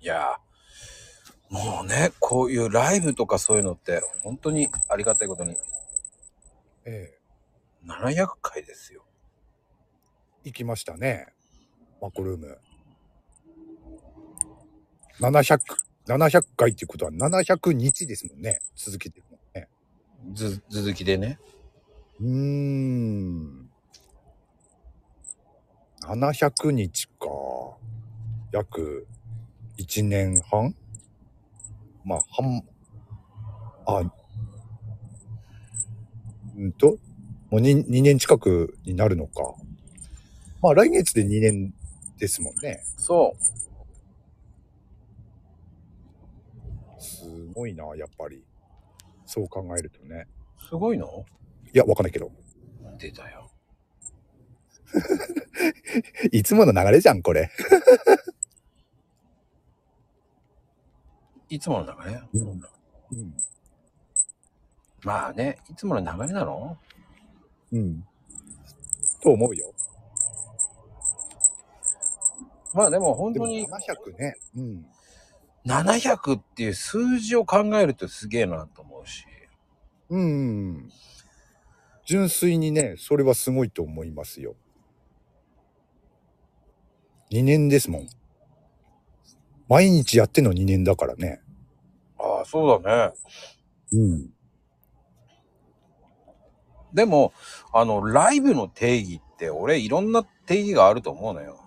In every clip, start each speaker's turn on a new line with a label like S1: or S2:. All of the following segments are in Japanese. S1: いやー、もうね、こういうライブとかそういうのって、本当にありがたいことに、
S2: え
S1: 700回ですよ。
S2: え、行きましたね。マコルーム。700、700回っていうことは700日ですもんね。続けてるもんね。
S1: ず、続きでね。
S2: うーん。700日か。約1年半まあ、半、あ、うんと、もう 2, 2年近くになるのか。まあ、来月で2年ですもんね。
S1: そう。
S2: すごいな、やっぱり。そう考えるとね。
S1: すごいの
S2: いや、わかんないけど。
S1: 出たよ。
S2: いつもの流れじゃん、これ。
S1: いつもの流れ、
S2: うん
S1: そんなまあね、いつもの流れなの
S2: うん。と思うよ。
S1: まあでも本
S2: で
S1: 当
S2: も
S1: に
S2: 700ね。うん。
S1: 700っていう数字を考えるとすげえなと思うし。
S2: うんうん。純粋にね、それはすごいと思いますよ。2年ですもん。毎日やっての2年だからね。
S1: ああ、そうだね。
S2: うん。
S1: でも、あの、ライブの定義って俺いろんな定義があると思うのよ。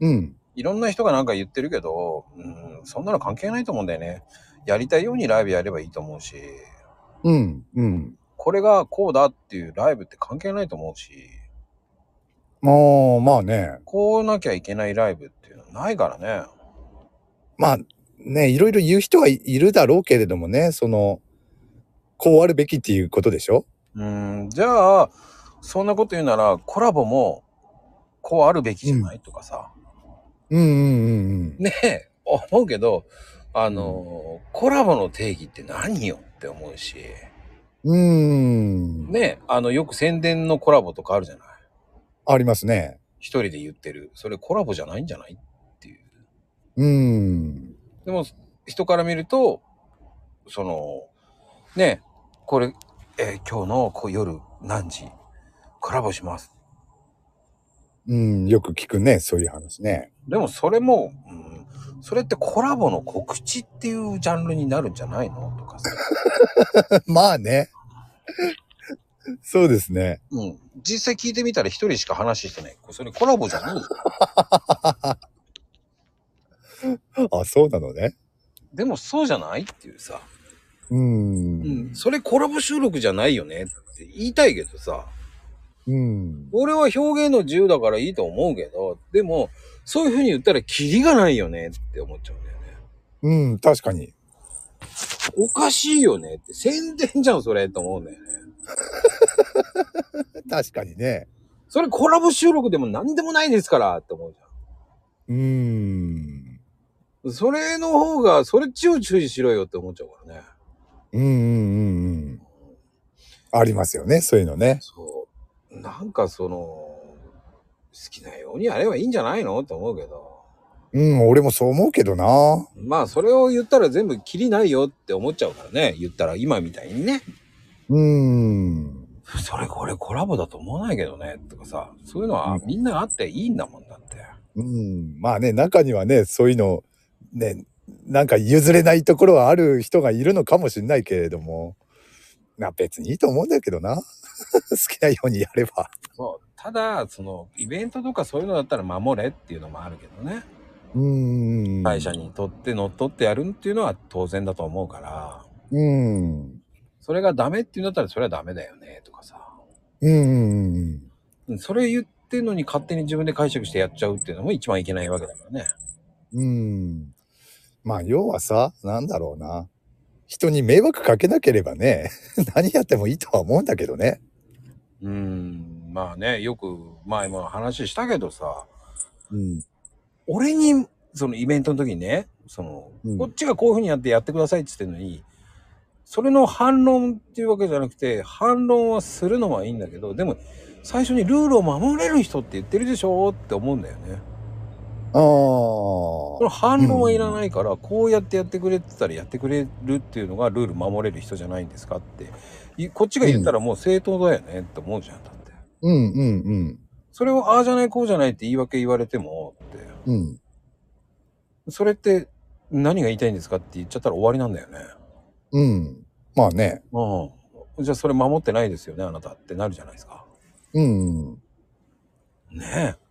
S2: うん。
S1: いろんな人がなんか言ってるけど、うん、そんなの関係ないと思うんだよね。やりたいようにライブやればいいと思うし、
S2: うん。うん。
S1: これがこうだっていうライブって関係ないと思うし、
S2: ああ、まあね。
S1: こうなきゃいけないライブっていうのはないからね。
S2: まあね、いろいろ言う人はいいるだろうけれどもね、その、こうあるべきっていうことでしょ
S1: うん、じゃあ、そんなこと言うなら、コラボも、こうあるべきじゃない、とかさ。
S2: うんうんうんうん。
S1: ねえ、思うけど、あの、コラボの定義って何よって思うし、
S2: うーん。
S1: ねえ、あの、よく宣伝のコラボとかあるじゃない。
S2: ありますね。
S1: 一人で言ってる。それコラボじゃないんじゃないっていう。
S2: うーん。
S1: でも、人から見ると、その、ねえ、これ、えー今日のこう夜何時、コラボします。
S2: うん。よく聞くね、そういう話ね。
S1: でもそれも、うん、それってコラボの告知っていうジャンルになるんじゃないのとかさ、
S2: まあね。そうですね。
S1: うん、実際聞いてみたら一人しか話してないそれコラボじゃない
S2: あ、そうなのね。
S1: でもそうじゃないっていうさ、
S2: うーん。
S1: それコラボ収録じゃないよねって言いたいけどさ
S2: うん。
S1: 俺は表現の自由だからいいと思うけどでもそういうふうに言ったらキリがないよねって思っちゃうんだよね
S2: うん、確かに。
S1: おかしいよねって宣伝じゃんそれと思うんだよね
S2: 確かにね。
S1: それコラボ収録でも何でもないですからって思うじゃん
S2: うーん。
S1: それの方が、それっちを注意しろよって思っちゃうからね。
S2: うんうんうんうん。ありますよね、そういうのね。
S1: そう。なんかその、好きなようにやればいいんじゃないのと思うけど。
S2: うん、俺もそう思うけどな。
S1: まあ、それを言ったら全部キリないよって思っちゃうからね。言ったら今みたいにね。
S2: うーん。
S1: それこれコラボだと思わないけどね。とかさ、そういうのは
S2: うん
S1: みんなあっていいんだもんだって。
S2: うん、まあね中にはねそういうのねなんか譲れないところはある人がいるのかもしれないけれどもまあ別にいいと思うんだけどな 好きなようにやれば
S1: そう。ただ、その、イベントとかそういうのだったら守れっていうのもあるけどね。
S2: うん
S1: 会社にとって乗っ取ってやるっていうのは当然だと思うから。
S2: うん
S1: それがダメって言うんだったらそれはダメだよねとかさ。
S2: うん
S1: うんそれ言ってんのに勝手に自分で解釈してやっちゃうっていうのも一番いけないわけだからね。
S2: うんまあ要はさなんだろうな人に迷惑かけなければね 何やってもいいとは思うんだけどね
S1: うん、まあね、よく前も話したけどさ、
S2: うん
S1: 俺に、そのイベントの時にね、その、
S2: うん
S1: こっちがこういう風にやってやってくださいって言ってんのに、それの反論っていうわけじゃなくて、反論はするのはいいんだけど、でも、最初にルールを守れる人って言ってるでしょって思うんだよね。
S2: ああ
S1: この
S2: あ。
S1: 反論はいらないから、こうやってやってくれって言ったらやってくれるっていうのがルール守れる人じゃないんですかっていこっちが言ったらもう正当だよねって思うじゃんだって
S2: うんうん
S1: それをああじゃないこうじゃないって言い訳言われてもって
S2: うん。うん。
S1: それって何が言いたいんですかって言っちゃったら終わりなんだよね
S2: うん。まあね。
S1: うんじゃあそれ守ってないですよねあなたってなるじゃないですか
S2: うん。
S1: ねえ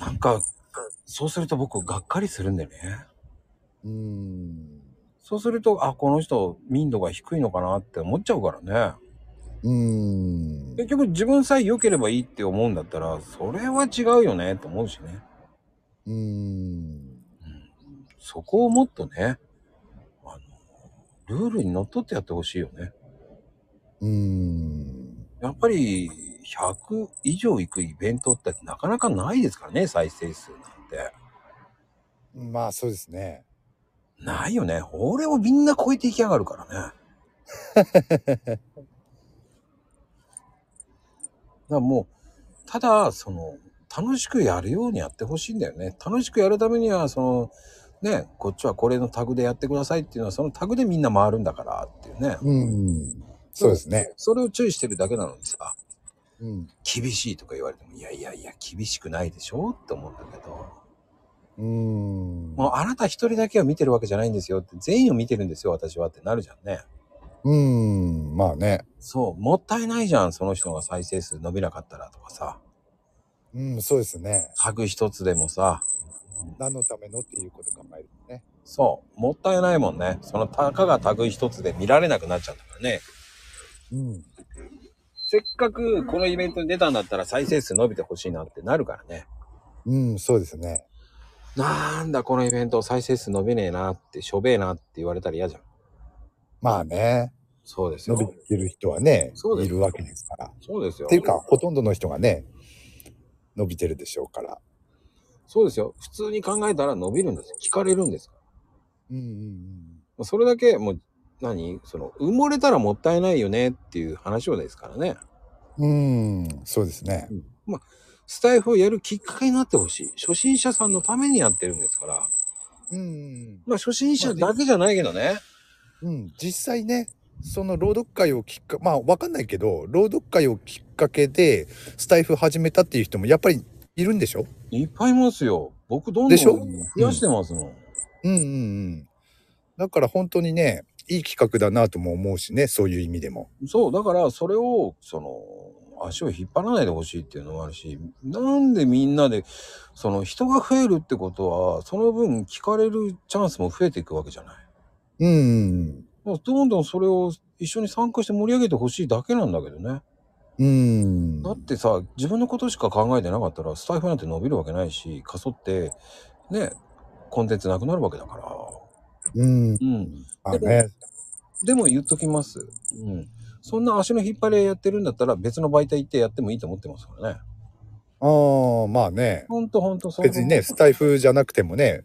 S1: なんかそうすると僕がっかりするんだよね
S2: うん。
S1: そうするとあこの人民度が低いのかなって思っちゃうからね
S2: うん。
S1: 結局自分さえ良ければいいって思うんだったらそれは違うよねと思うしね、
S2: うん。
S1: うん、そこをもっとねあのルールにのっとってやってほしいよね
S2: うん。
S1: やっぱり100以上いくイベントってなかなかないですからね再生数なんて
S2: まあそうですね。
S1: ないよね俺をみんな超えていきやがるからねだからもうただその楽しくやるようにやってほしいんだよね楽しくやるためにはそのねこっちはこれのタグでやってくださいっていうのはそのタグでみんな回るんだからっていうね
S2: うん。そうですね。
S1: それを注意してるだけなのにさ
S2: うん。
S1: 厳しいとか言われてもいやいやいや厳しくないでしょって思うんだけど
S2: うん。
S1: もうあなた一人だけを見てるわけじゃないんですよって全員を見てるんですよ私はってなるじゃんね
S2: うん。まあね。
S1: そう、もったいないじゃん、その人が再生数伸びなかったらとかさ、
S2: うん、そうですね。
S1: タグ一つでもさ、
S2: 何のためのっていうこと考えるとね。
S1: そう、もったいないもんね。そのたかがタグ一つで見られなくなっちゃうんだからね。
S2: うん。
S1: せっかくこのイベントに出たんだったら再生数伸びてほしいなってなるからね。
S2: うん、そうですね。
S1: なんだこのイベント再生数伸びねえなって、しょべえなって言われたら嫌じゃん。
S2: まあね。
S1: そうです
S2: 伸
S1: よ。
S2: びてる人はね
S1: そう、です
S2: いるわけですから。っ
S1: そうですよ。
S2: ていうか、ほとんどの人がね、伸びてるでしょうから。
S1: そうですよ。普通に考えたら伸びるんですよ。聞かれるんですから
S2: うんうん
S1: まあそれだけもう、何その、埋もれたらもったいないよねっていう話をですからね。
S2: うん。うん、そうですね。
S1: スタイフをやるきっかけになってほしい。初心者さんのためにやってるんですから。
S2: うん。
S1: まあ初心者だけじゃないけどね。
S2: うん、実際ね、その朗読会をきっか、まあわかんないけど、朗読会をきっかけで、スタイフ始めたっていう人もやっぱりいるんでしょ
S1: いっぱいいますよ。僕どんどん
S2: でしょ
S1: 増やしてますもん。
S2: うんうんうん。だから本当にね、いい企画だなとも思うしね、そういう意味でも。
S1: そう、だからそれを、その、足を引っ張らないでほしいっていうのもあるし、なんでみんなで、その人が増えるってことは、その分聞かれるチャンスも増えていくわけじゃない。
S2: うんうん
S1: まあどんどんそれを一緒に参加して盛り上げてほしいだけなんだけどね。
S2: うん。
S1: だ
S2: う
S1: っ
S2: ん。
S1: てさ自分のことしか考えてなかったらスタイフなんて伸びるわけないし過疎ってねコンテンツなくなるわけだから、
S2: うん。
S1: うん、
S2: まあね。
S1: でも言っときます、うん、そんな足の引っ張り合いやってるんだったら別の媒体行ってやってもいいと思ってますからね
S2: ああ、まあね。
S1: ほんとほんとそう
S2: 別にね、スタイフじゃなくてもね、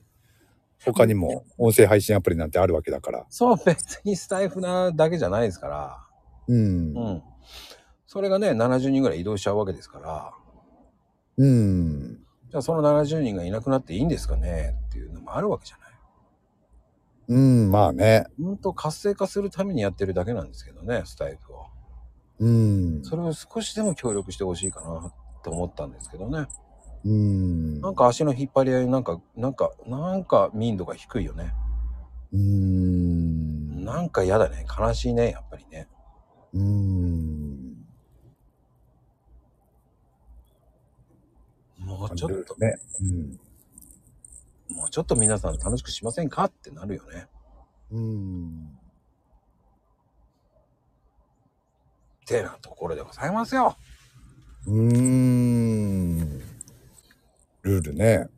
S2: 他にも音声配信アプリなんてあるわけだから。
S1: そう別にスタイフなだけじゃないですから
S2: うん。
S1: うんそれがね70人ぐらい移動しちゃうわけですから
S2: うん。
S1: じゃあその70人がいなくなっていいんですかねっていうのもあるわけじゃない
S2: うん、まあね。
S1: ほんと活性化するためにやってるだけなんですけどねスタイフを。
S2: うん。
S1: それを少しでも協力してほしいかなと思ったんですけどね。
S2: うん。
S1: なんか足の引っ張り合い、なんか、なんか、なんか民度が低いよね。
S2: うん。
S1: なんか嫌だね。悲しいね、やっぱりね。
S2: うん。
S1: もうちょっと、
S2: ね。うん。
S1: もうちょっと皆さん楽しくしませんかってなるよね。
S2: うん。
S1: てなところでございますよ。
S2: うーん。ルールね。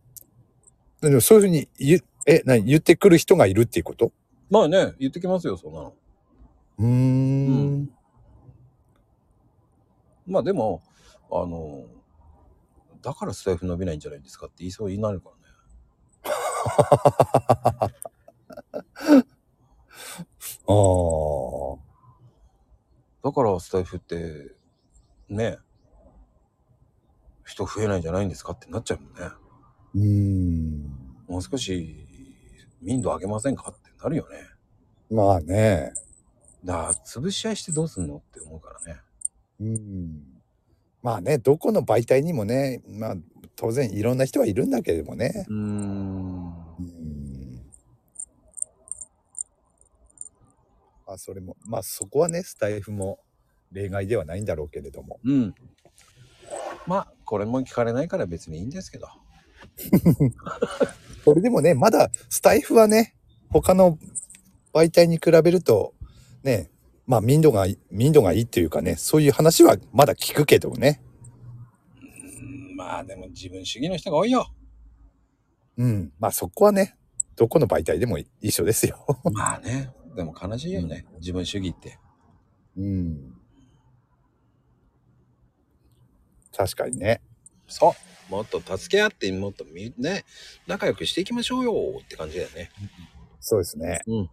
S2: でもそういうふうに言、え、何言ってくる人がいるっていうこと
S1: まあね、言ってきますよ、そんなの。
S2: うーん。
S1: まあでも、あの、だからスタイフ伸びないんじゃないですかって言いそうになるからね。
S2: ああ。
S1: だからスタイフって、ね、人増えないんじゃないんですかってなっちゃうもんね。
S2: うーん。
S1: もう少し民度上げませんかってなるよね。
S2: まあね。
S1: だから潰し合いしてどうすんのって思うからね。
S2: うん。まあね、どこの媒体にもね、まあ当然いろんな人はいるんだけれどもね。
S1: うーん。
S2: うん。まあそれも、まあそこはね、スタイフも例外ではないんだろうけれども。
S1: うん。まあ、これも聞かれないから別にいいんですけど。
S2: それでもね、まだスタイフはね、他の媒体に比べると、ね、まあ民度がいい、民度がいいっていうかね、そういう話はまだ聞くけどね。
S1: うんまあ、でも自分主義の人が多いよ。
S2: うん。まあそこはね、どこの媒体でも一緒ですよ。
S1: まあね。でも悲しいよね。自分主義って。
S2: うん。確かにね。
S1: そう。もっと助け合って、もっとみね、仲良くしていきましょうよって感じだよね。
S2: そうですね。
S1: うん。